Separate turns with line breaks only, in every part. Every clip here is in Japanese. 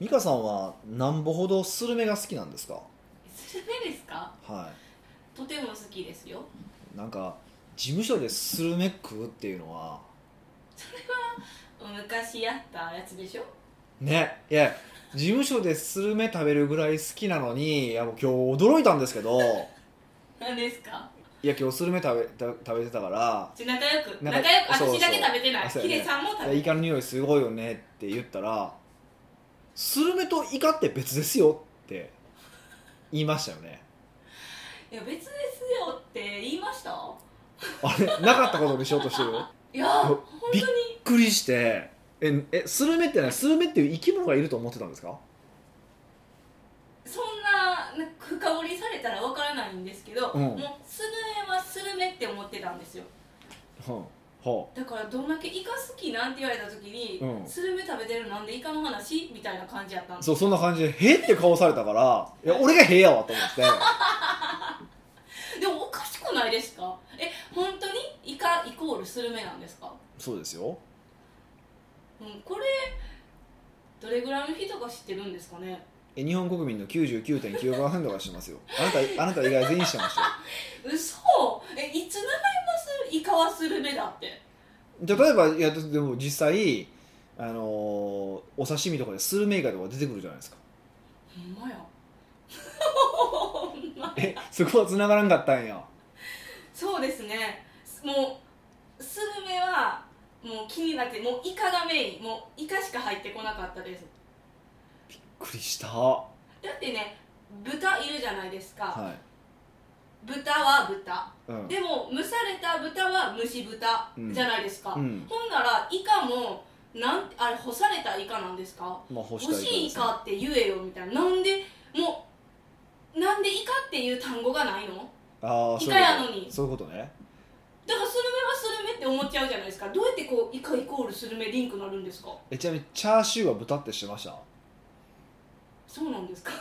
美香さんはなんぼほどスルメが好きなんですか
スルメですか
は
とても好きですよ
いなんか事務所でスルメ食うっていうのは
昔やったやつでしょ
ねいや事務所でスルメ食べるぐらい好きなのにいやもう今日驚いたんですけど
何ですか
いや今日スルメ食べた食べてたから
ちょ仲良く
仲
仲
良く
良く
そうそう
私だけ食べてない
そうやね
ヒデさんも
い
食
や
べ
イカの匂いすごいよねって言ったらスルメとイカって別ですよって言いましたよね
いや別ですよって言いました
あれなかったことにしようとしてる
いや本当
び
に
っくりしてええスルメってねスルメっていう生き物がいると思ってたんですか
そんななんか深掘りされたらわからないんですけど、
うん
もうスルメはスルメって思ってたんですよ
うんほ
だからどんだけイカ好きなんて言われた時に、
うん
スルメ食べてるのなんでイカの話みたいな感じやったん
う
です
そうそんな感じで「へ」って顔されたからいや俺が「へ」やわと思って
でもおかしくないですかえ本当にイカイコールスルメなんですか、
そうですよ
うん、これどれぐらいの人が知ってるんですかね
え日本国民の99.9%がしてますよあなたあなた以外全員してましたよ
嘘えいつ習いますイカはスルメだって
じゃあ例えばいやでも実際あのーお刺身とかでスルメイカとか出てくるじゃないですか
ほんまやほんま
えそこは繋がらんかったんや
そうですねもうスルメはもう気になってもうイカがメインもうイカしか入ってこなかったです
びっくりしたは
だってね豚いるじゃないですか、
い
豚は豚
うん
でも蒸された豚は蒸し豚じゃないですか、
うん
ほんならイカもなんあれ干されたイカなんですか
まあ干
干
した
し
い
イカって言えよみたいななんでもうなんでイカっていう単語がないの
ああ
イカやのに
そういうことね
だからスルメはスルメって思っちゃうじゃないですかどうやってこうイカイコールスルメリンクなるんですか
えちなみにチャーシューは豚ってしてました
そうなんですか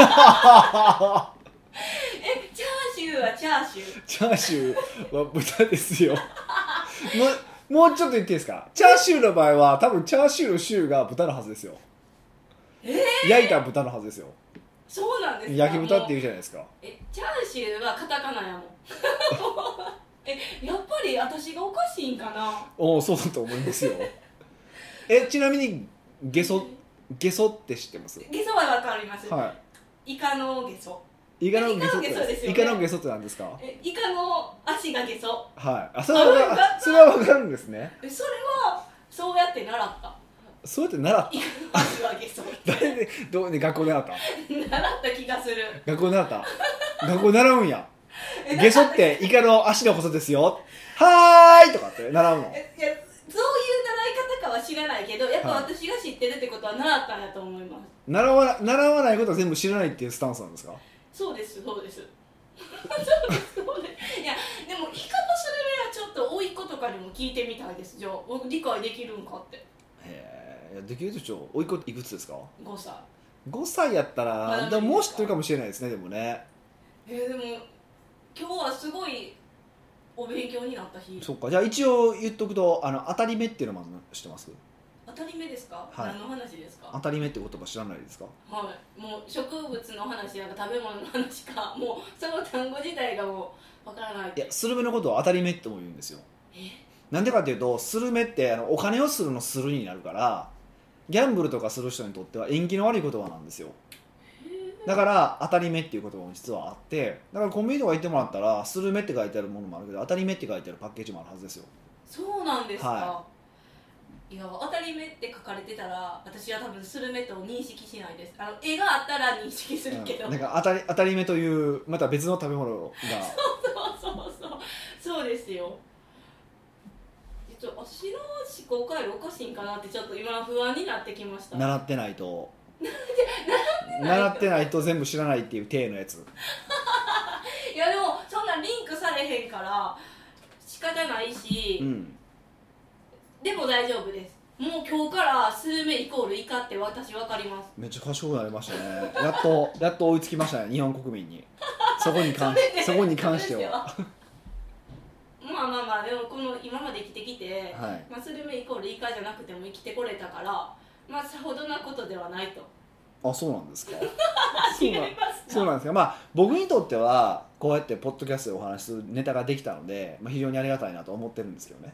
えチャーシューはチャーシュー
チャーシューは豚ですよもうもうちょっと言っていいですかチャーシューの場合は多分チャーシューのシューが豚のはずですよ
え
焼いた豚のはずですよ
そうなんですか
焼き豚って
も
いううじゃないですか
えチャーシューはカタカナやもん えやっぱり私がおかしいんかな
おおそうだと思いますよえちなみにゲソゲソって知ってます
ゲソはわかります、
は
イカのゲソ
いイカのゲソっ
イカのゲソです
てイ
よね
カのゲソってなんですか
えイカの足がゲソ
はいあそれはあそれは分かるんですね
えそれはそうやって習った
そうやって習っ
イカの足がゲソ
た誰でどうね学校で習った
習った気がする
学校で習った学校で習うんや
え
ゲソってイカの足の細ですよはーいとかって習うの
えいやそういう習い方かは知らないけどやっぱ
はい
私が知ってるってことは習ったんだと思います、
習わな習わないことは全部知らないっていうスタンスなんですか
そうですそうです そうですそうですいやでもイカとスルメはちょっと甥っ子とかにも聞いてみたいですじゃあ僕理解できるんかって
へえできるでしょおいっ子っていくつですか
5歳
5歳やった
ま
ら
だ
でももう知ってるかもしれないですねでもね
えーでも今日はすごいお勉強になった日
そっかじゃあ一応言っとくとあの当たり目っていうのも知ってます
当たり目ですか、
はい
何の話ですか
当たり目って言葉知らないですか
はい、もう植物の話やら食べ物の話か もうその単語自体がもうわからない
いやスルメのことを当たり目っても言うんですよ
え
なんでかっていうとスルメってあのお金をするのするになるからギャンブルとかする人にとっては縁起の悪い言葉なんですよだから当たり目っていう言葉も実はあってだからコンビニとか行ってもらったらスルメって書いてあるものもあるけど当たり目って書いてあるパッケージもあるはずですよ
そうなんですか、、
はい
や当たり目って書かれてたら私は多分スルメと認識しないですあの絵があったら認識するけど、
う んなんか当たり当たり目というまた別の食べ物が
そうそうそうそうですよちょっと私の思考回路おかしいんかなってちょっと今不安になってきました
習ってないと習ってないと全部知らないっていう体のやつ
いやでもそんなリンクされへんから仕方ないし、
うん
でも大丈夫ですもう今日からスルメイコールイカって私分かります
めっちゃ賢くなりましたねやっとやっと追いつきましたね日本国民にそこに 関
れで
そこに関しては
それですよまあまあまあでもこの今まで生きてきて、
はい
まあ、スルメイコールイカじゃなくても生きてこれたからまあさほどなことではないと
あそうなんですか そう
違い
な
ます
そうなんですよまあ僕にとってはこうやってポッドキャストでお話しするネタができたので、まあ、非常にありがたいなと思ってるんですけどね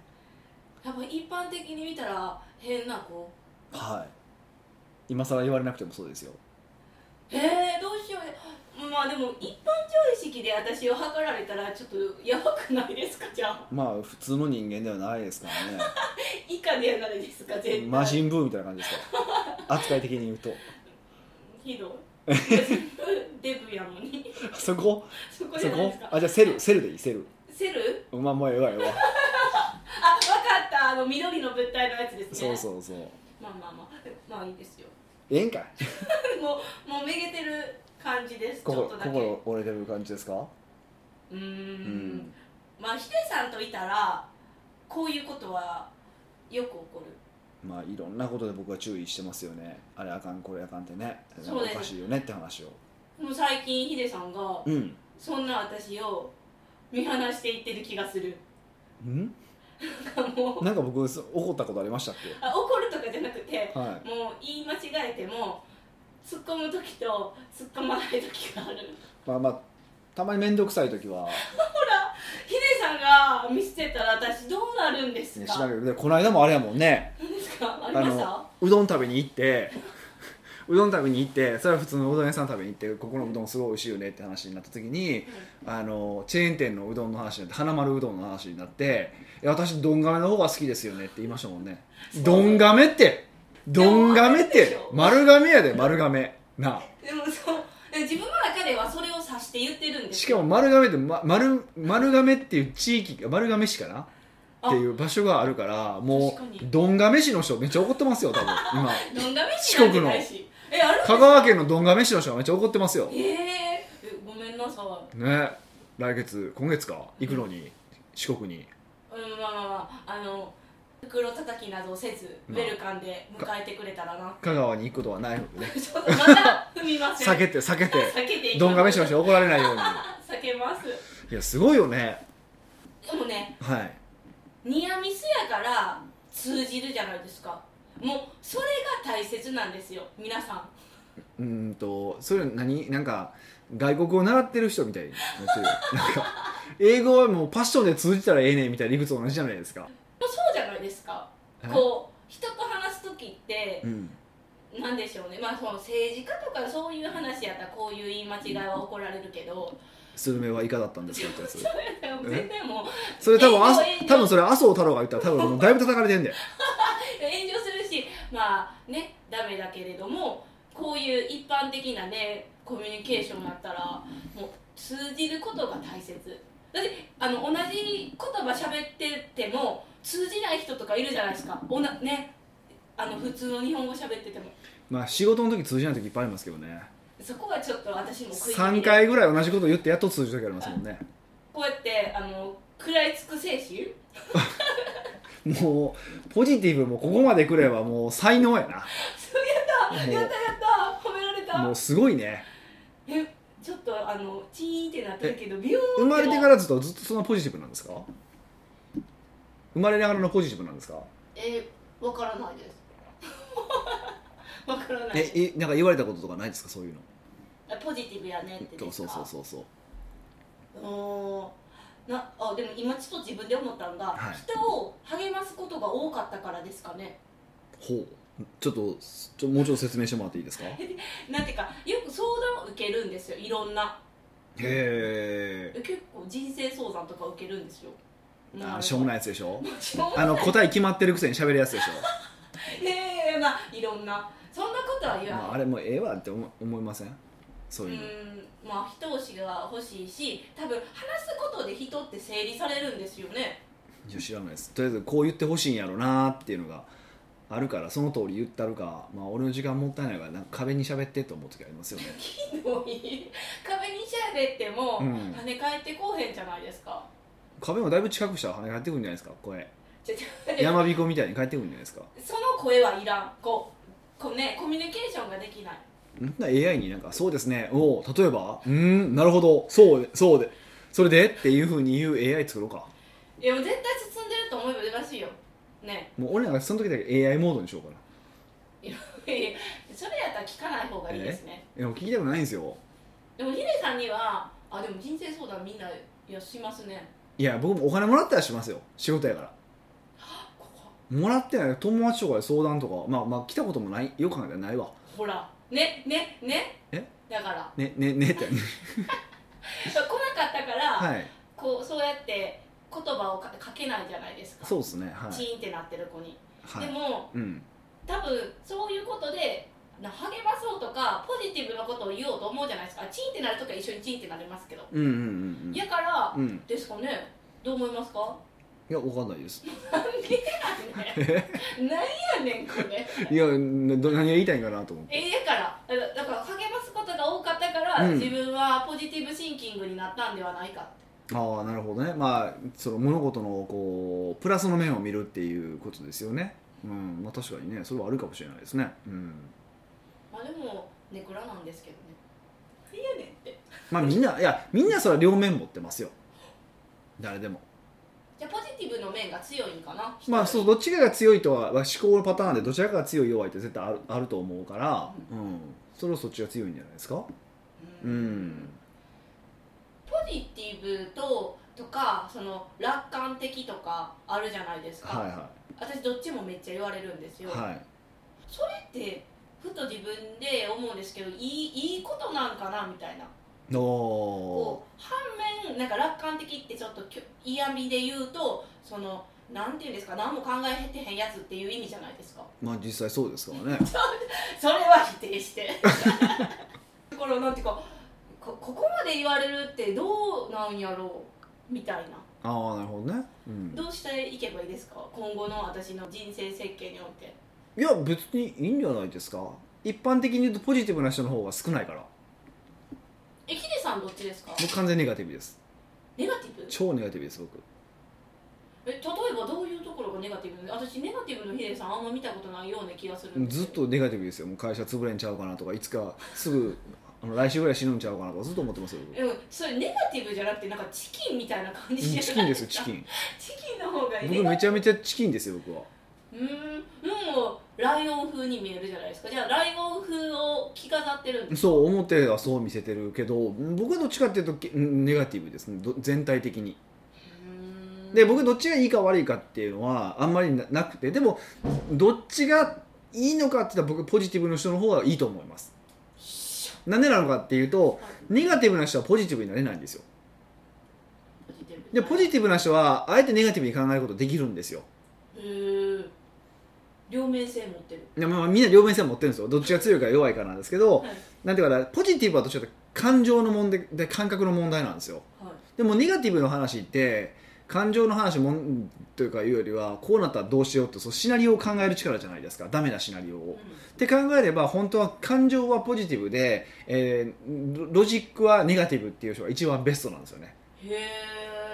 やっぱ一般的に見たら変な子
はい今更言われなくてもそうですよ
えー、どうしようまあでも一般常識で私を測られたらちょっとやばくないですかじゃあ
まあ普通の人間ではないですからね
以下でやないですか絶対
マシンブーみたいな感じですか扱い的に言うと
ひど いデブやのに
そこ
そこじ
そ
ゃないで
こ
すか
あじゃあセルセルでいいセル
セル
うまあもうええわええわ
あわかったあの緑の物体のやつです
そ
ね
うそうそう
まあまあまあまあいいですよ
ええんかい
もうもうめげてる感じですちょ
心
っとだけ
心折れてる感じですか
う
う
ー
ん
まあヒデさんといたらこういうことはよく起こる
まあいろんなことで僕は注意してますよねあれあかんこれあかんってねなん
そう
か
で
お
す
かしいよねって話を
でも最近ヒデさんが
うん
そんな私を見放していってる気がする
うん
なんかもう
なんか僕そ怒ったことありましたっけ
あ怒るとかじゃなくて
はい
もう言い間違えても突っ込む時と突っ込まない時がある
まあまあたまに面倒くさい時は、
ヒデさんが見捨てたら私どうなるんです
ね、
か
調べ
何
るでこの間もあれやもんね
ですかあり
あ
ました
のうどん食べに行って うどん食べに行ってそれは普通のうどん屋さん食べに行ってここのうどんすごい美味しいよねって話になった時にあのチェーン店のうどんの話になって花丸うどんの話になって「いや私どんがめの方が好きですよね」って言いましたもんね
そう
どんがめってどんがめっ
で
て
も
丸がめやで丸がめなあ
でもそうでも自分の中ではそれを指して言ってるんです
しかも丸がめって、ま、丸丸がめっていう地域丸がめ市かなっていう場所があるからも
確か
う
に
どんがめ市の人めっちゃ怒ってますよ多分今
どんがめしなんてないしえあるんです
香川県のどんがめ市の人がめっちゃ怒ってますよ
えー、えごめんなさい
ね来月今月か行くのに四国に
うんまあまあまああの袋叩きなどせずウ
まあ
ェルカムで迎えてくれた らな
香川に行くことはないのでね
ちょっとまた踏みません
避けて避けて
避けていきます
どんがめ市の人が怒られないように
避けます
いやすごいよね
でもね
はい
ニアミスやから通じるじゃないですかもうそれが大切なんですよ皆さん
うーんとそれ何なんか外国を習ってる人みたいになってるなんか英語はもうパッションで通じたらええねんみたいな理屈と同じじゃないですか
そうじゃないですか
え
こう人と話す時って
うん
なんでしょうねまあその政治家とかそういう話やったらこういう言い間違いは怒られるけど
スルメはいかだったんですかってやつ
全然もう
それ多分あそ
英語英語
多分それ麻生太郎が言ったら多分もうだいぶ叩かれてんだよ
炎上するしまあねダメだけれどもこういう一般的なねコミュニケーションだったらもう通じることが大切だってあの同じ言葉喋ってても通じない人とかいるじゃないですかおなねあの普通の日本語喋ってても
まあ仕事の時通じない時いっぱいありますけどね
そこはちょっと私も食い気味
3
で
回ぐらい同じこと言ってやっと通じる時ありますもんね
こうやってあの食らいつく精神
もうポジティブもここまでくればもう才能や
やったやったやった褒められ
なも
た
うすごいね
えちょっとあのチーンってなってるけどビヨーンって
生まれてからずっとずっとそんなポジティブなんですか生まれながらのポジティブなんですか
えー、わからないです。 わからない
え
です。
えなんか言われたこととかないですかそういうの
ポジティブやねって
そう
です
そう
か。
そうそうそう
うなあでも今ちょっと自分で思ったのが、
はい
人を励ますことが多かったからですかね。
ほうちょっとちょもうちょっと説明してもらっていいですかへ
なんていうかよく相談を受けるんですよ。いろんな
え
結構人生相談とか受けるんですよ。
しょうもない
い。
やつでしょ
しょうもない
あの答え決まってるくせに喋るやつでしょ、
ねえまあいろんなそんなことは言わない
ま。あ、あれもうええわって思思いませんそう
う
いうの
んまあ人押しが欲しいし多分話すことで人って整理されるんですよね。
いや知らないですとりあえずこう言ってほしいんやろなっていうのがあるからその通り言ったるか、まあ、俺の時間もったいないからなんか壁に喋ってと思う時ありますよね
もういい壁にしゃべっても、
うん
跳ね返ってこうへんじゃないですか
壁もだいぶ近くしたら跳ね返ってくるんじゃないですか声
ちょちょ
やまびこみたいに返ってくるんじゃないですか
その声はいらんこうこうねコミュニケーションができない
そんな AI になんか「そうですねおう例えばうーんなるほどそうでそうでそれで?」っていうふうに言う AI 作ろうか
いやもう絶対進んでると思えば出らしいよね
もう俺なんかその時だけ AI モードにしようかない
やいやそれやったら聞かない方がいいですね
でも聞きたくないんですよ
でもヒデさんにはあでも人生相談みんないやしますね
いや僕もお金もらったらしますよ仕事やから
ここ
もらってない友達とかで相談とかまあまあ来たこともないよく考えたらないわ
ほらねねね
え
だから
ねねねって
来なかったから、
はい
こうそうやって言葉をかかけないじゃないですか
そうですねはい、
チーンってなってる子に、
は
で
い、
も
うん
多分そういうことでな励まそうとかポジティブなことを言おうと思うじゃないですかチーンってなるときは一緒にチーンってなりますけど、
うんうんうんうん
やから、
うん
ですかねどう思います か
いやわかんないです
なんでやねんなんやねんこれ
いやなど何が言いたいんかなと思って
えやからだだから励ますことが多かったから、
うん
自分はポジティブシンキングになったんではないかって
ああなるほどねまあその物事のこうプラスの面を見るっていうことですよねうんまあ確かにねそれはあるかもしれないですねうん
まあでもネクラなんですけどねなんやねんって
まあみんないやみんなそれは両面持ってますよ誰でも
じゃあポジティブの面が強いんかな
まあそうどっちかが強いとはまあ思考のパターンでどちらかが強い弱いって絶対あるあると思うからうんそれはそっちが強いんじゃないですか
う
うんん
ポジティブととかその楽観的とかあるじゃないですか、
はいは
私どっちもめっちゃ言われるんです
い
よ、
はい
それってふと自分で思うんですけどいいいいことなんかなみたいな
お
こう反面なんか楽観的ってちょっときょ嫌味で言うとそのなんていうんですか何も考えてへんやつっていう意味じゃないですか
ーまあ実際そうですからね
それは否定して だからなんていうかこここまで言われるってどうなんやろうみたいな
ああなるほどねうん
どうしていけばいいですか今後の私の人生設計において
いや別にいいんじゃないですか一般的に言うとポジティブな人の方が少ないから
えヒデさんどっちですか
僕完全にネガティブです
ネガティブ
超ネガティブです僕
え例えばどういうところがネガティブなの私ネガティブのヒデさんあんま見たことないような気がするんです
ず
よ
っとネガティブですよもう会社潰れんちゃうかなとかいつかすぐあの来週ぐらい死ぬんちゃうかなとかずっと思ってますよ僕
うん、それネガティブじゃなくてなんかチキンみたいな感じじゃない
チキンですよチキ
ン
ン
チキンの方がいい
僕めちゃめちゃチキンですよ僕は
うーんでもライオン風に見えるじゃないですかじゃあライオン風を着飾ってるんです
そう表はそう見せてるけど僕はどっちかっていうとけネガティブですねど全体的にで僕どっちがいいか悪いかっていうのはあんまりななくてでもどっちがいいのかって言ったら僕ポジティブの人の方がいいと思いますなんでなのかっていうとネガティブな人はポジティブになれないんですよでポジ
テ
ティブな人はあえてネガティブに考えることできるんですよ
ィブ両面性持ってる
でまあ、みんな両面性持ってるんですよどっちが強いか弱いかなんですけど、
はい
なんていうかなポジティブはどっちかというと感情の問題で感覚の問題なんですよ
はい
でもネガティブの話って感情の話もんというかいうよりはこうなったらどうしようってそうシナリオを考える力じゃないですかダメなシナリオ
うん
を。って考えれば本当は感情はポジティブで、えーロロジックはネガティブっていう人が一番ベストなんですよね。
へ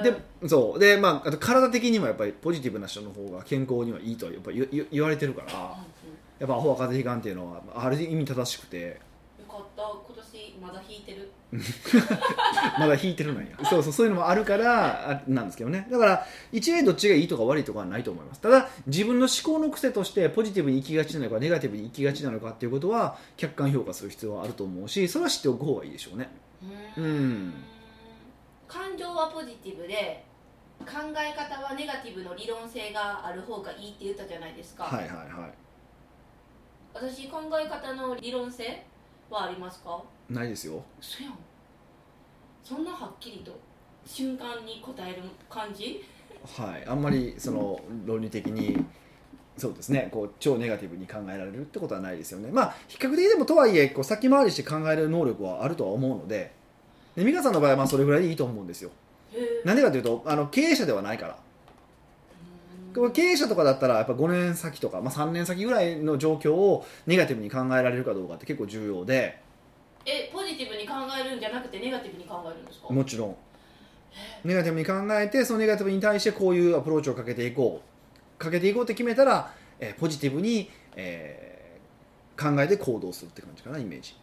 え
でそうで、まあ、あと体的にもやっぱりポジティブな人の方が健康にはいいとはやっぱ言言言われてるからやっぱアホは風邪ひかんっていうのはある意味正しくて
よかった今年まだ引いてる
まだ引いてるなんやそうそうそういうのもあるからあなんですけどねだから一概にどっちがいいとか悪いとかはないと思いますただ自分の思考の癖としてポジティブに行きがちなのかネガティブに行きがちなのかっていうことは客観評価する必要はあると思うしそれは知っておく方がいいでしょうね
う
う
ーん
ん
感情はポジティブで考え方はネガティブの理論性がある方がいいって言ったじゃないですか、
はいはいは
私考え方の理論性はありますか
いないですよ
そやんそんなはっきりと瞬間に答える感じ
はいあんまりその論理的にそうですねこう超ネガティブに考えられるってことはないですよねまあ比較的でもとはいえこう先回りして考える能力はあるとは思うのでで美香さんの場合はまあそれぐらいでいいと思うんですよ
へえ
なんでかというとあの経営者ではないから
うーん
経営者とかだったらやっぱ5年先とか、まあ、3年先ぐらいの状況をネガティブに考えられるかどうかって結構重要で
えポジティブに考えるんじゃなくてネガティブに考えるんですか
もちろんネガティブに考えてそのネガティブに対してこういうアプローチをかけていこうかけていこうって決めたら、えーポジティブに、えー考えて行動するって感じかなイメージ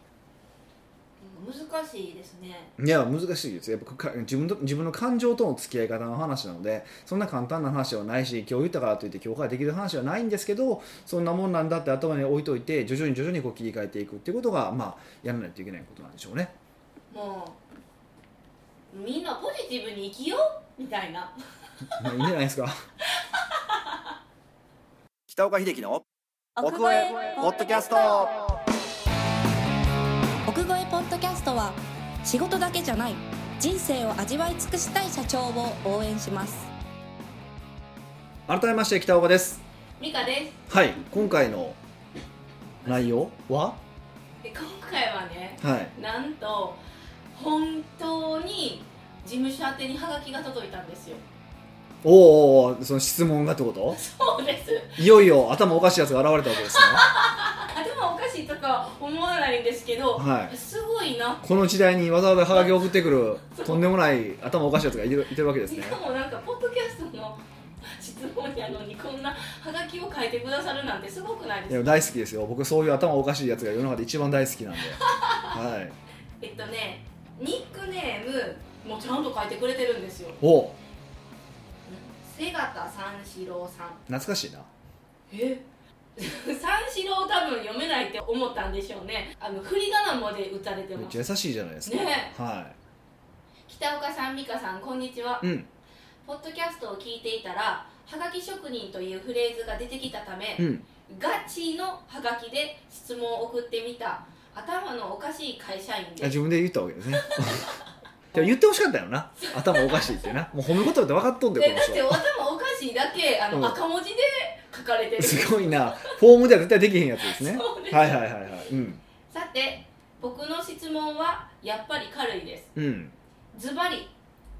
う難しいですね
いや難しいですよやっぱか自分と自分の感情との付き合い方の話なのでそんな簡単な話はないし今日言ったからといって今日からできる話はないんですけどそんなもんなんだって頭に置いといて徐々に徐々にこう切り替えていくっていうことが、まあ、やらないといけないことなんでしょうね。
もうみんなポジティブに生きようみたいな
まあ、いいんじゃない ですか北岡秀樹の
奥越えポッドキャスト奥越えポッドキャストは仕事だけじゃない人生を味わい尽くしたい社長を応援します
改めまして北岡です
ミカです
はい今回の内容は
で今回はね
はい
なんと本当に事務所宛てにハガキが届いたんですよ
おーおーおーその質問がってこと
そうです
いよいよ頭おかしいやつが現れたわけです
頭おかしいとか思わないんですけど、
ねはい
すごいな
この時代にわざわざハガキを送ってくるとんでもない頭おかしいやつがいるいてるわけです
し
ね
かもなんかポッドキャストの質問やのにこんなハガキを書いてくださるなんてすごくないで
い
す
や
か
大好きですよ僕そういう頭おかしいやつが世の中で一番大好きなんではい
えっとねニックネームもちゃんと書いてくれてるんですよ
おお
瀬形三四郎さん
懐かしいな
え 三四郎多分読めないって思ったんでしょうねあの振り仮名まで打たれて
めっ
ます
ちゃ優しいじゃないですか、
ね
は
北岡さん美香さんこんにちはい
うん
ポッドキャストを聞いていたらはがき職人というフレーズが出てきたため、
うん
ガチのハガキで質問を送ってみた頭のおかしい会社員
あ
です
自分で言ったわけですねでも言ってほしかったよな頭おかしいってなもう褒め言葉って分かっとんだ
で
よ
だって
こ
頭おかしいだけあの、
うん
赤文字で書かれて
の人
る
すごいなフォームでは絶対できへんやつですね
そうです
はいはいはいはいうん
さて僕の質問はやっぱり軽いです
うん
ズバリ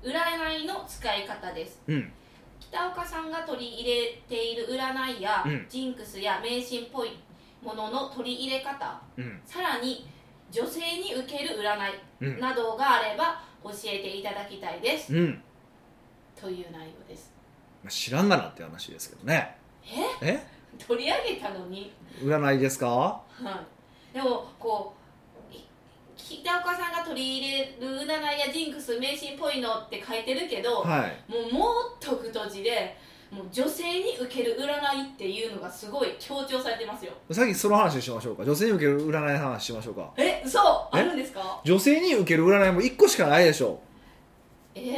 占いの使い方です
うん
北岡さんが取り入れている占いや、
うん
ジンクスや迷信っぽいものの取り入れ方
うん
さらに女性に受ける占
う
い
ん
などがあれば教えていただきたいです、
うん、ま
という内容です
あ、知らんがなって話ですけどね
え
え
取り上げたのに、
占いですか
はい、でもこうい北岡さんが取り入れる占いやジンクス迷信っぽいのって書いてるけど、
はい
もうもっと太字でもう女性に受ける占いっていうのがすごい強調されてますよ
さっきその話しましょうか女性に受ける占いの話しましょうか
えそう
え
あるんですか
女性に受ける占いも1個しかないでしょ
えー、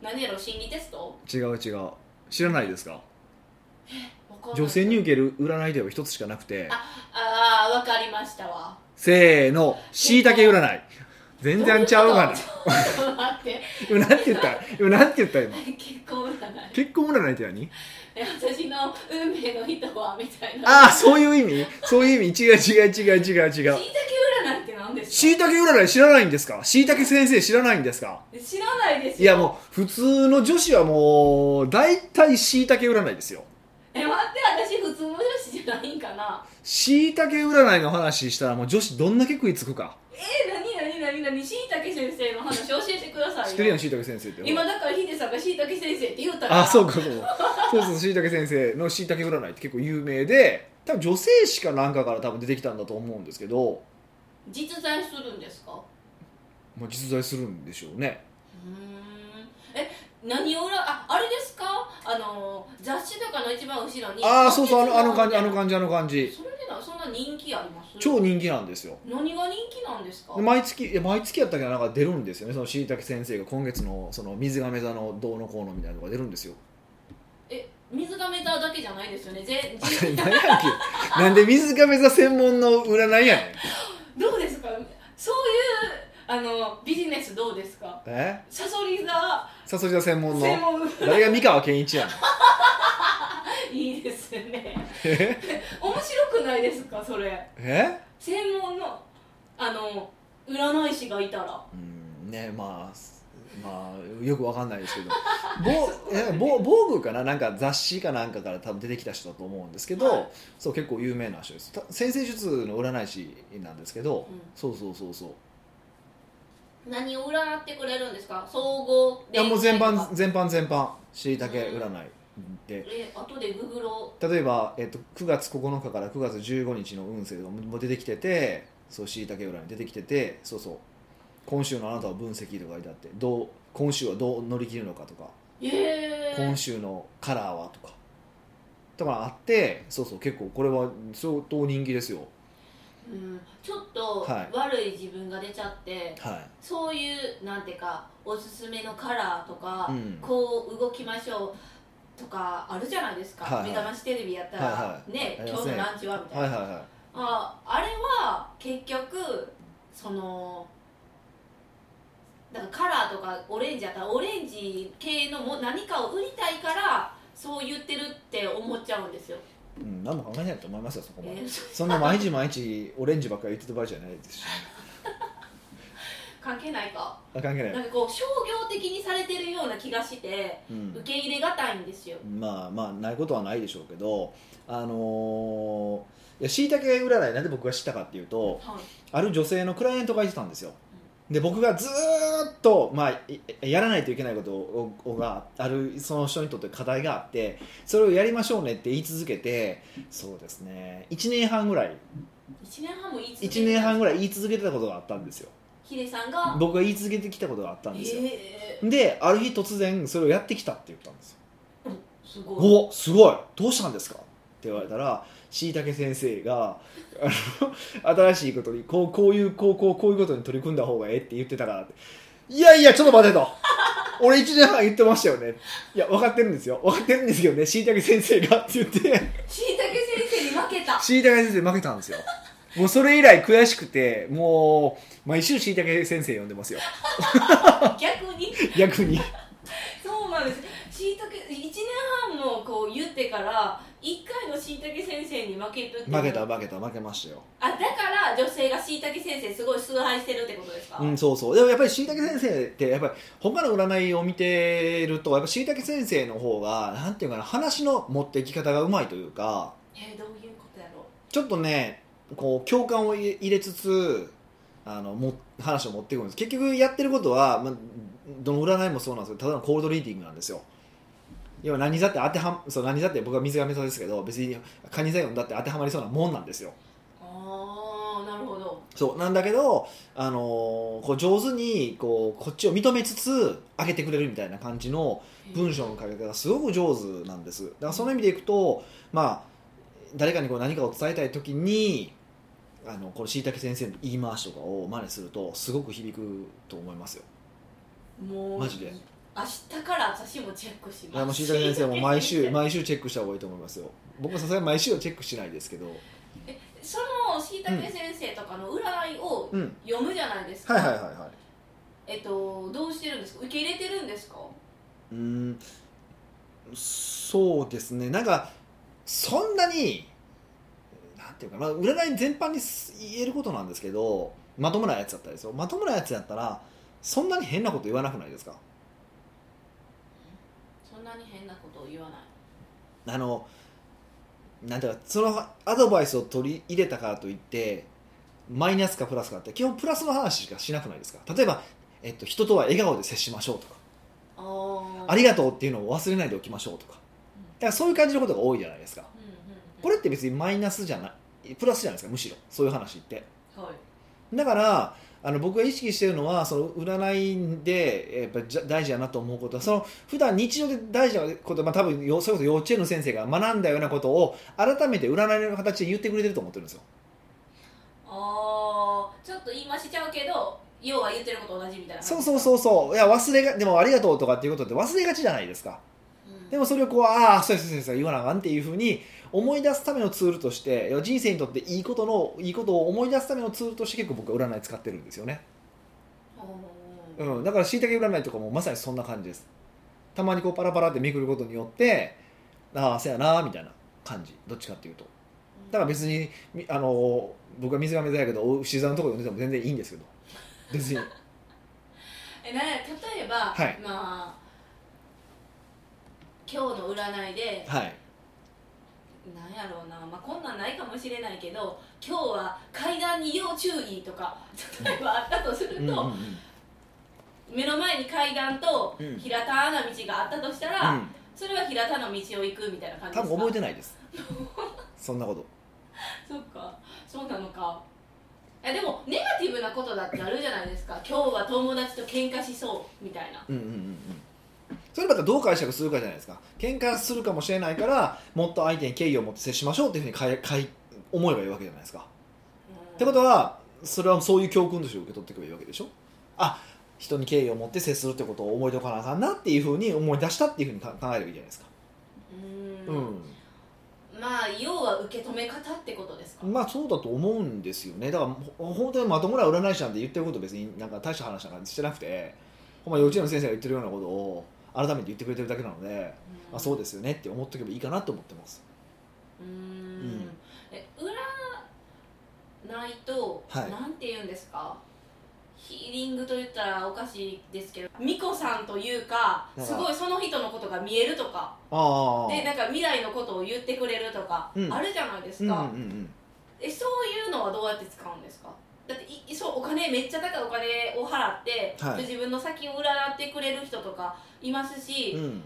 何やろ心理テスト
違う違う知らないですか
わかんない
女性に受ける占いでは1つしかなくて
ああわかりましたわ
せーの、しいたけ占い。全然ちゃうがな。
ちょっと待って
今なんて言った今なんて言った今。
結婚占い
結婚占いって何
え私の運命の人はみたいな
ああ、そういう意味そういう意味違う違う違う違う違う。
しいたけ占いって何です
しいたけ占い知らないんですかしいたけ先生知らないんですか
か知らないです
い
よ
やもう、普通の女子はもう、大体しいたけ占いですよ。
え待って私普通の女子じゃないんかな
しいたけ占いの話したらもう女子どんだけ食いつくか。
え何何何何しいたけ先生の話教えてくださいよ
知ってるやん、しいたけ先生って。
今だからヒデさんがしいたけ先生って言うたから
あそうかそうかそうそうしいたけ先生のしいたけ占いって結構有名で多分女性誌かなんかから多分出てきたんだと思うんですけど
実在するんですか
まあ実在するんでしょうね
うーんえ何を裏ああれですかあの雑誌とかの一番後ろに
ああそうそうあのあの感じあの
じ
感じあの感じ
それでなそんな人気あります
超人気なんですよ
何が人気なんですか
で毎月いや毎月やったっけどなんか出るんですよねそのしいたけ先生が今月のその水亀座のどうのこうのみたいなのが出るんですよ
え水がメタだけじゃないですよねぜ
あ
ぜ
れ何やんけなんで水亀座専門の占いやねん
どうですかそういうあのビジネスどうですか
え
サソリ座
さそり座専門
専
の
門
誰が三河健一やねん
いいですね
え
面白くないですかそれ
え
専門のあの占い師がいたら
うんねまあすまあよくわかんないですけ どぼえぼ防具かななんか雑誌かなんかから多分出てきた人だと思うんですけど、
はい
そう結構有名な人ですた先生術の占い師なんですけど、
うん
そうそうそうそう
何を占ってくれるんですか総合
いやもう全
恋愛と
般
か
全般全般しいたけ占いで
え後でググろ
例えば、えっと9月9日から9月15日の運勢とかももう出てきててそうしいたけ占い出てきててそうそう今週のあなたを分析とか書いてあってどう今週はどう乗り切るのかとか
ええ
今週のカラーはとかとかあってそうそう結構これは相当人気ですよ
うん、ちょっと
はい
悪い自分が出ちゃって、
はい
そういうなんていうかおすすめのカラーとか、
うん
こう動きましょうとかあるじゃないですか、
はいはい
目覚ましテレビやったら、
はいは
ね
ありま
今
す
日
ね
のランチはみたい
は
な、
いはいは
ああれは結局そのだからカラーとかオレンジやったらオレンジ系のも何かを売りたいからそう言ってるって思っちゃうんですよ、
い、うん、何も考えないと思いますよそこまで、
えー
そんな毎日毎日オレンジばっかり言ってた場合じゃないですし
関係ないか
あ関係な
なん
い、
かこう商業的にされてるような気がして
う
受
ん、
け入れがたいんですよ
まあまあないことはないでしょうけどあのーいやしいたけ占いなんで僕が知ったかっていうと
はい
ある女性のクライアントがいてたんですよで僕がずーっと、まあ、いやらないといけないことををがあるその人にとって課題があってそれをやりましょうねって言い続けてそうですね1年半ぐらい
1年半も言い続けて
1年半ぐらい言い続けてたことがあったんですよ
ヒデさんが
僕が言い続けてきたことがあったんですよ、
ええ
である日突然それをやってきたって言ったんですよ
す
「
ごい
おすごいどうしたんですか?」って言われたらしいたけ先生があの新しいことにこうこういうこうこうこういうことに取り組んだ方がええって言ってたからって「いやいやちょっと待て」と「俺1年半言ってましたよね」「いや分かってるんですよ分かってるんですけどねしいたけ先生が」って言って
しいたけ先生に負け た
しいたけ先生負けたんですよもうそれ以来悔しくてもう毎週しいたけ先生呼んでますよ
逆に
逆に
そうなんです。しいたけ一年半もこう言ってから一回のしいたけ先生に負けるっていう
負けた負けた負けましたよ
あだから女性がしいたけ先生すごい崇拝してるってことですか。
うん、そうそうでもやっぱりしいたけ先生ってやっぱり他の占いを見てるとやっぱしいたけ先生の方がなんていうかな話の持っていき方がうまいというか
えーどういうことやろ
ちょっとねこう共感を入れ入れつつあのも話を持っていくんです結局やってることは、まあ、どの占いもそうなんですけどただのコールドリーディングなんですよ要は何座って当てはそう何座って僕は水亀座ですけど別にカニ座読んだって当てはまりそうなもんなんですよ
う。ああなるほど。
そうなんだけど、あのーこう上手にこうこっちを認めつつ上げてくれるみたいな感じの文章の書き方がすごく上手なんですだからその意味でいくと、まあ、誰かにこう何かを伝えたい時にあのこのしいたけ先生の言い回しとかを真似するとすごく響くと思いますよ
もう
マジで
明日から私もチェックし
だからも
ま
うし
す。
いたけ先生も毎週
椎茸
毎週チェックした方がいいと思いますよ僕はさすがに毎週はチェックしないですけど
そのしいたけ先生とかの占いを
うん
読むじゃないですか。
はいはいはいはい
えっとどうしてるんですか。受け入れてるんですか。
うーんそうですねなんかそんなになんていうかな占い全般に言えることなんですけどまともなやつだったらですよまともなやつやったらそんなに変なこと言わなくないですか
そんなに変なことを言わない。
あのなんていうかそのアドバイスを取り入れたからといってマイナスかプラスかって基本プラスの話しかしなくないですか例えば、えっと、人とは笑顔で接しましょうとか
ああ。
ありがとうっていうのを忘れないでおきましょうとかだからそういう感じのことが多いじゃないですか
うんうんうん
これって別にマイナスじゃないプラスじゃないですかむしろそういう話って
はい。
だからあの僕が意識してるのはその占いでやっぱじゃ大事だなと思うことはその普段日常で大事なこと、まあ、多分よそれこそ幼稚園の先生が学んだようなことを改めて占いの形で言ってくれてると思ってるんですよ
あーちょっと言い回しちゃうけど要は言ってること同じみたいな
そうそうそうそういや忘れがでもありがとうとかっていうことって忘れがちじゃないですか
うん
でもそれをこうああそうですそうですそうです言わなあかんっていうふうに思い出すためのツールとして要は人生にとっていいことのいいことを思い出すためのツールとして結構僕は占い使ってるんですよね
おー
うん、だからしいたけ占いとかもまさにそんな感じですたまにこうパラパラってめくることによってああせやなみたいな感じどっちかっていうとだから別にみあの僕は水が座やけどお牛座のとこ読んでても全然いいんですけど別 に
えなんや例えば、
はい
まあ今日の占いで
はい
なんやろうな、まあ、こんなんないかもしれないけど今日は階段に要注意とか例えばあったとすると、
うんうんうん
目の前に階段と
うん
平たな道があったとしたら、それは平たな道を行くみたいな感じ
多
ですか
分覚えてないですそんなこと
そっかそうなのかいやでもなことだってあるじゃないですか今日は友達と喧嘩しそうみたいな
うんうんうんうんそれまたどう解釈するかじゃないですか喧嘩するかもしれないからもっと相手に敬意を持って接しましょうっていうふうに変え変え思えばいいわけじゃないですかってことはそれはそういう教訓として受け取っていけばいいわけでしょあ人に敬意を持って接するってことを思い出かなあかんなっていうふうに思い出したっていうふうにか考えればいいじゃないですか
うん
う
まあ要は受け止め方ってことですか、
んまあそうだと思うんですよねだからほ本当にまともな占い師なんて言ってること別になんか大した話なんかしてなくてほんま幼稚園の先生が言ってるようなことを改めて言ってくれてるだけなので、あそう
う
ですよねって思っとけばいいかなと思ってます
うん
ん
え占いと、
はい
なんて言うんですかヒーリングと言ったらおかしいですけど巫女さんというか
なんか
すごいその人のことが見えるとか
ああ
でなんか未来のことを言ってくれるとか、
うん
あるじゃないです
うんう
か、
んうん
えそういうのはどうやって使うんですかだっていそうお金めっちゃ高いお金を払って、
はい
自分の先を占ってくれる人とかいますし、
うん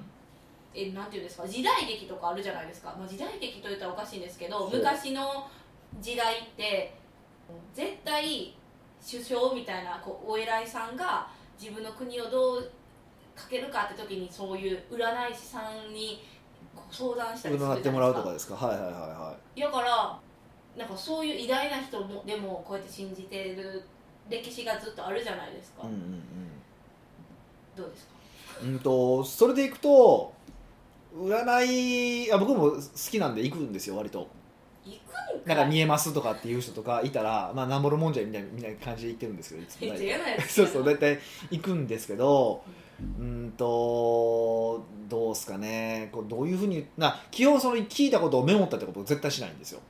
えなんていうんですか時代劇とかあるじゃないですか、まあ、時代劇と言ったらおかしいんですけど
ほう
昔の時代って絶対首相みたいなこうお偉いさんが自分の国をどうかけるかって時にそういう占い師さんにこう相談したりするじゃな
占っ
いで
て
す
も
から
うとかですかはいはいはいは
だからなんかそういう偉大な人もでもこうやって信じてる歴史がずっとあるじゃないですか、
いうんうん
どうですか
うんうんとそれでいくと占いあ僕も好きなんで行くんですよ割と
行くんか
ないんか見えますとかっていう人とかいたら、まあ、なんぼのもんじゃみたいなみたいな感じで言ってるんですけ どいつ
め
も大
っ
体
ちゃ嫌なやつ
そうそう大体行くんですけどうーんとどうすかねこうどういうふうにな基本その聞いたことをメモったってことを絶対しないんですよ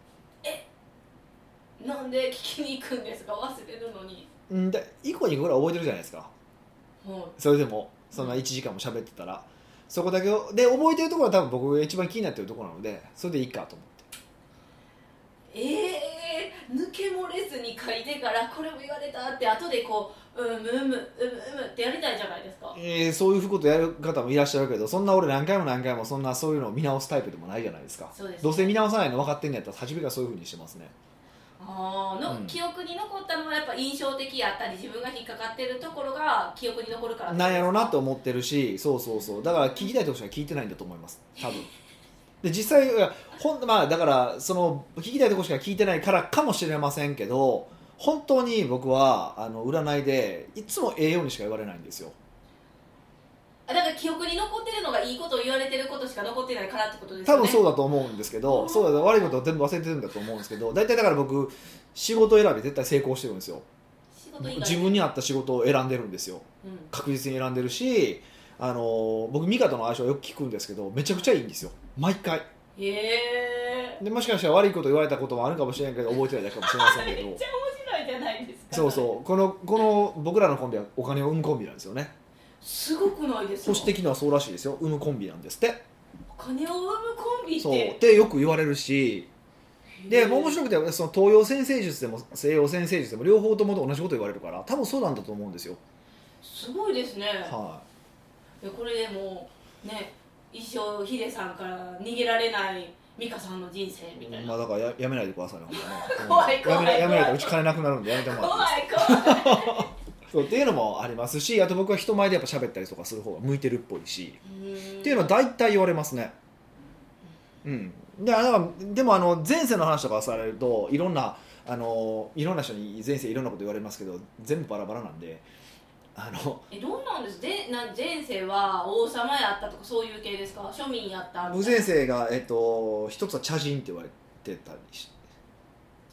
なんで聞きに行くんですか忘れるのに
うんで1個2個ぐらい覚えてるじゃないですか
も
それでもそんな1時間も喋ってたらそこだけをで覚えてるところは多分僕が一番気になってるところなのでそれでいいかと思って
うえー、抜け漏れずに書いてからこれも言われたって後でこううんむむうんむうんむってやりたいじゃないですか
えーそういうことやる方もいらっしゃるけどそんな俺何回も何回もそんなそういうのを見直すタイプでもないじゃないですか
そうです
どうせ見直さないの分かってんのやったら初めからそういうふうにしてますね
あーの、
うん
記憶に残ったのはやっぱ印象的やったり自分が引っかかってるところが記憶に残るから
なんやろうな
と
と思ってるしそうそうそうだから聞きたいとこしか聞いてないんだと思います多分で実際いやほんまあだからその聞きたいとこしか聞いてないからかもしれませんけど本当に僕はあの占いでいつもええようにしか言われないんですよ
だから記憶に残ってるのがいいことを言われてることしか残ってないからってことです
多
よね
分そうだと思うんですけど、そうだ悪いことは全部忘れてるんだと思うんですけど大体だから僕仕事選び絶対成功してるんですよ
仕事以外
自分に合った仕事を選んでるんですよ
うん
確実に選んでるしあの僕ミカとの相性はよく聞くんですけどめちゃくちゃいいんですよ毎回
へえ
でもしかしたら悪いこと言われたこともあるかもしれないけど覚えてないだけかもしれませんけ
め
ど
っちゃ面白いじゃないですか
そうそうこのこの僕らのコンビはお金を生むコンビなんですよね
すごくないです
保
か
守的にはそうらしいですよ生むコンビなんですって
お金を生むコンビって
そうってよく言われるしで面
い
白くてその東洋先生術でも西洋先生術でも両方とも同じこと言われるから多分そうなんだと思うんですよ、
すごいですね、
はい
やこれでもうね一生ヒデさんから逃げられない美香さんの人生みたい
い、ま
な、
あ、だからややめないでくださいねほんまね
怖い怖い
やめやめないとうち金なくなるんでやめてもらっていいですか
怖い怖い
そうっていうのもありますしあと僕は人前でやっぱ喋ったりとかする方が向いてるっぽいし
っ
っていうのは大体言われますねうんであだからでもあの前世の話とかされるといろんなあのいろんな人に前世いろんなこと言われますけど全部バラバラなんであの
えどうなんですでな前世は王様やったとかそういう系ですか庶民やったみ
無
たい
前
な
世が、えっと、一つは茶人って言われてたりして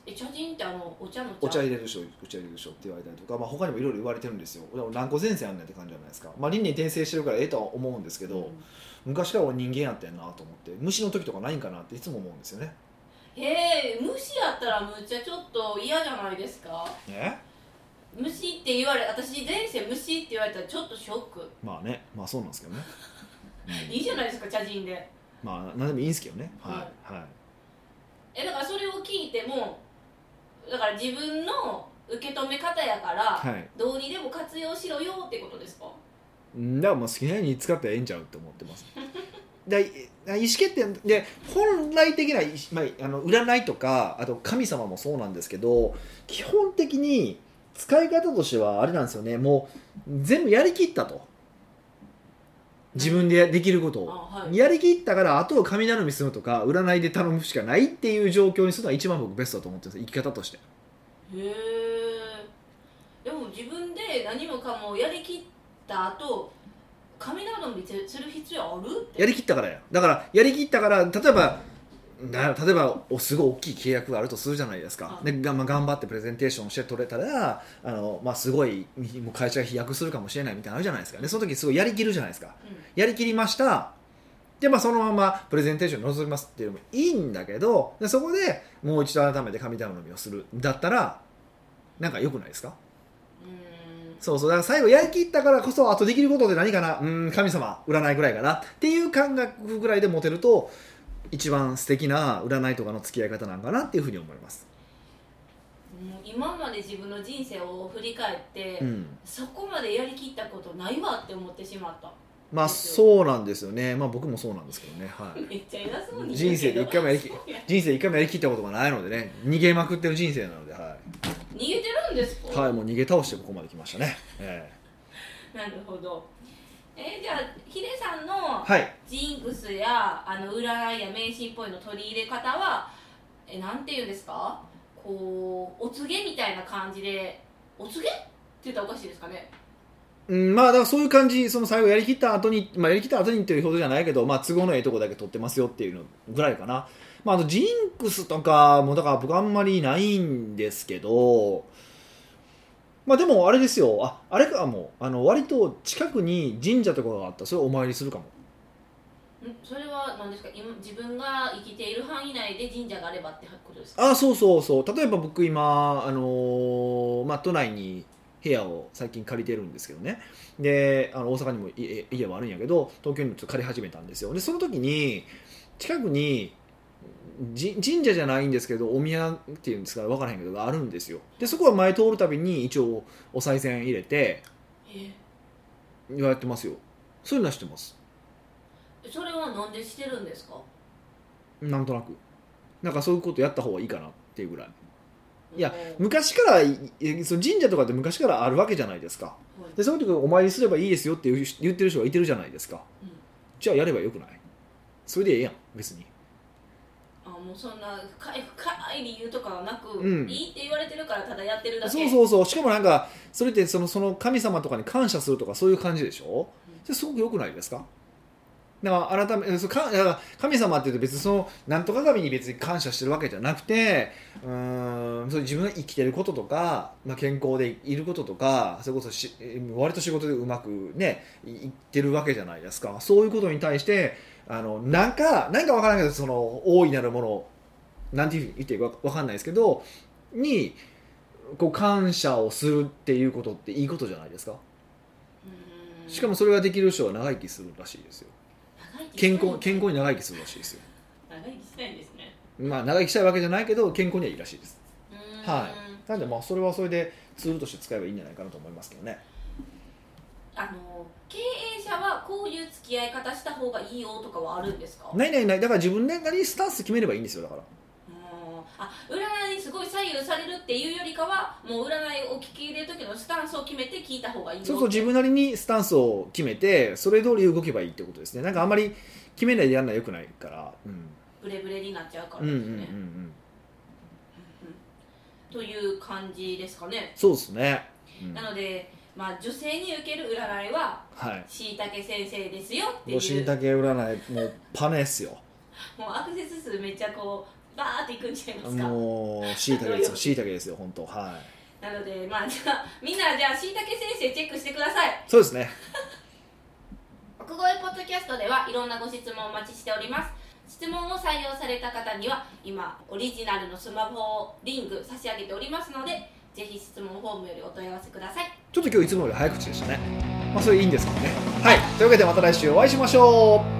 え茶人ってあのお茶の茶
お茶入れるでしょお茶入れるでしょって言われたりとか、まあ、他にもいろいろ言われてるんですよでも何個前世あんねんって感じじゃないですか、まあ、輪廻転生してるからええとは思うんですけど、
うん
昔から俺人間やったんやなと思って虫の時とかないんかなっていつも思うんですよね
へえ虫やったらむっちゃちょっと嫌じゃないですか
ね
虫って言われ私前世虫って言われたらちょっとショック
まあねまあそうなんですけどね、うん
いいじゃないですか茶人で
まあ何でもいいんですけどねはい、はい、
えだからそれを聞いてもだから自分の受け止め方やから、
はい
どうにでも活用しろよってことですか
うんだからもう好きなように使ったらええんちゃうって思ってますだい意思決定で本来的な、いまあ、あの占いとかあと神様もそうなんですけど基本的に使い方としてはあれなんですよねもう全部やりきったと自分でできること
あ
を
はい
やりきったからあとは神頼みするとか占いで頼むしかないっていう状況にするのは一番僕ベストだと思ってるんです生き方として
へえでも自分で何もかもやりきった後神頼みする必要あるって
やりきったからやだからやりきったから例えばな例えばおすごい大きい契約があるとするじゃないですか
あ
で、がまあ、頑張ってプレゼンテーションして取れたらあの、まあ、すごいもう会社が飛躍するかもしれないみたいなのあるじゃないですかでその時すごいやりきるじゃないですか
う
やりきりましたで、まあ、そのままプレゼンテーションに臨みますっていうのもいいんだけどでそこでもう一度改めて神頼みをするだったらなんか良くないですか
んうん
そうそうだから最後やりきったからこそあとできることって何かなうーん神様占いぐらいかなっていう感覚ぐらいで持てると一番素敵な占いとかの付き合い方なんかなっていうふうに思います、
もう今まで自分の人生を振り返って、
うん、
そこまでやりきったことないわって思ってしまった
まあそうなんですよねまあ僕もそうなんですけどね、はい、
めっちゃ偉そうに言
人生で
うけど
一回もやりき人生で一回もやりきったことがないのでね逃げまくってる人生なのではい
逃げてるんですか、
はい、もう逃げ倒してここまで来ましたね。え
なるほどえー、じゃあヒデさん
え
の
はい、
ジンクスやあの占いや迷信っぽいの取り入れ方はえなんていうんですかこうお告げみたいな感じでお告げって言ったらおかしいですかね
うん、まあだからそういう感じ、その最後やりきった後に、まあやりきった後にっていうことじゃないけど、まあ都合のいいとこだけ取ってますよっていうのぐらいかな。まああとジンクスとかもだから僕あんまりないんですけど、まあでもあれですよ、ああれかも、あの割と近くに神社とかがあったらそれをお参りするかも。
んそれは何ですか今自分が生きている範囲内で神社があればってことですか
あそうそうそう例えば僕今、あのーまあ、都内に部屋を最近借りてるんですけどねであの大阪にも家家はあるんやけど東京にもちょっと借り始めたんですよでその時に近くにじ神社じゃないんですけどお宮っていうんですか分からへんけどがあるんですよでそこは前通るたびに一応お賽銭入れて
え
やってますよそういうのはしてます
ーそれはなんでしてるんですか
なんとなくなんかそういうことやった方がいいかなっていうぐらいいや
もう
昔からいいその神社とかって昔からあるわけじゃないですか
はい
でその時お参りすればいいですよっていう言ってる人がいてるじゃないですか、
うん
じゃあやればよくないそれでええやん別に
あもうそんな深い深い理由とかはなく、
うん
いいって言われてるからただやってるだけ
そうそうそうしかもなんかそれってそのその神様とかに感謝するとかそういう感じでしょ
うん
それすごくよくないですかだから改めそうかだから神様って言うと別にそのなんとか神に別に感謝してるわけじゃなくてうーんそう自分が生きてることとか、まあ、健康でいることとかそれこそし割と仕事でうまくねいいってるわけじゃないですかそういうことに対してあのなんかなんかわからないけどその大いなるものなんていうふうに言っていいかわわかんないですけどにこう感謝をするっていうことっていいことじゃないですか
うん
しかもそれができる人は長生きするらしいですよ
長生きしたい
健康健康に長生きするらしいですよ
長生きしたいんですね
まあ長生きしたいわけじゃないけど健康にはいいらしいです
うーん
はなんでまあそれはそれでツールとして使えばいいんじゃないかなと思いますけどね
あの経営者はこういう付き合い方した方がいいよとかはあるんですか、
ないないないだから自分でなりにスタンス決めればいいんですよだから
うーんあ占いにすごい左右されるっていうよりかはもう占いを聞き入れる時のスタンスを決めて聞いた方がいいよ
そうそう自分なりにスタンスを決めてそれ通り動けばいいってことですねなんかあんまり決めないでやるのはよくないから、うん、
ブレブレになっちゃう
う
から
ん
で
う
す
ん
ね
うんう、ん
うんという感じですかね、
そうですね、うん
なので、まあ、女性に受ける占いは
はい
しいたけ先生ですよって
もうし
い
いうたけ占いもうパネですよ
もうアクセス数めっちゃこうバーっていくんちゃいますか
もうしいたけですよしいたけですよ本当はい
なのでまあじゃあみんなじゃあしいたけ先生チェックしてください
そうですね
奥越ポッドキャストではいろんなご質問をお待ちしております質問を採用された方には今オリジナルのスマホをリング差し上げておりますのでぜひ質問フォームよりお問い合わせください
ちょっと今日いつもより早口でしたね。まあそれいいんですけどね。はい。というわけでまた来週お会いしましょう。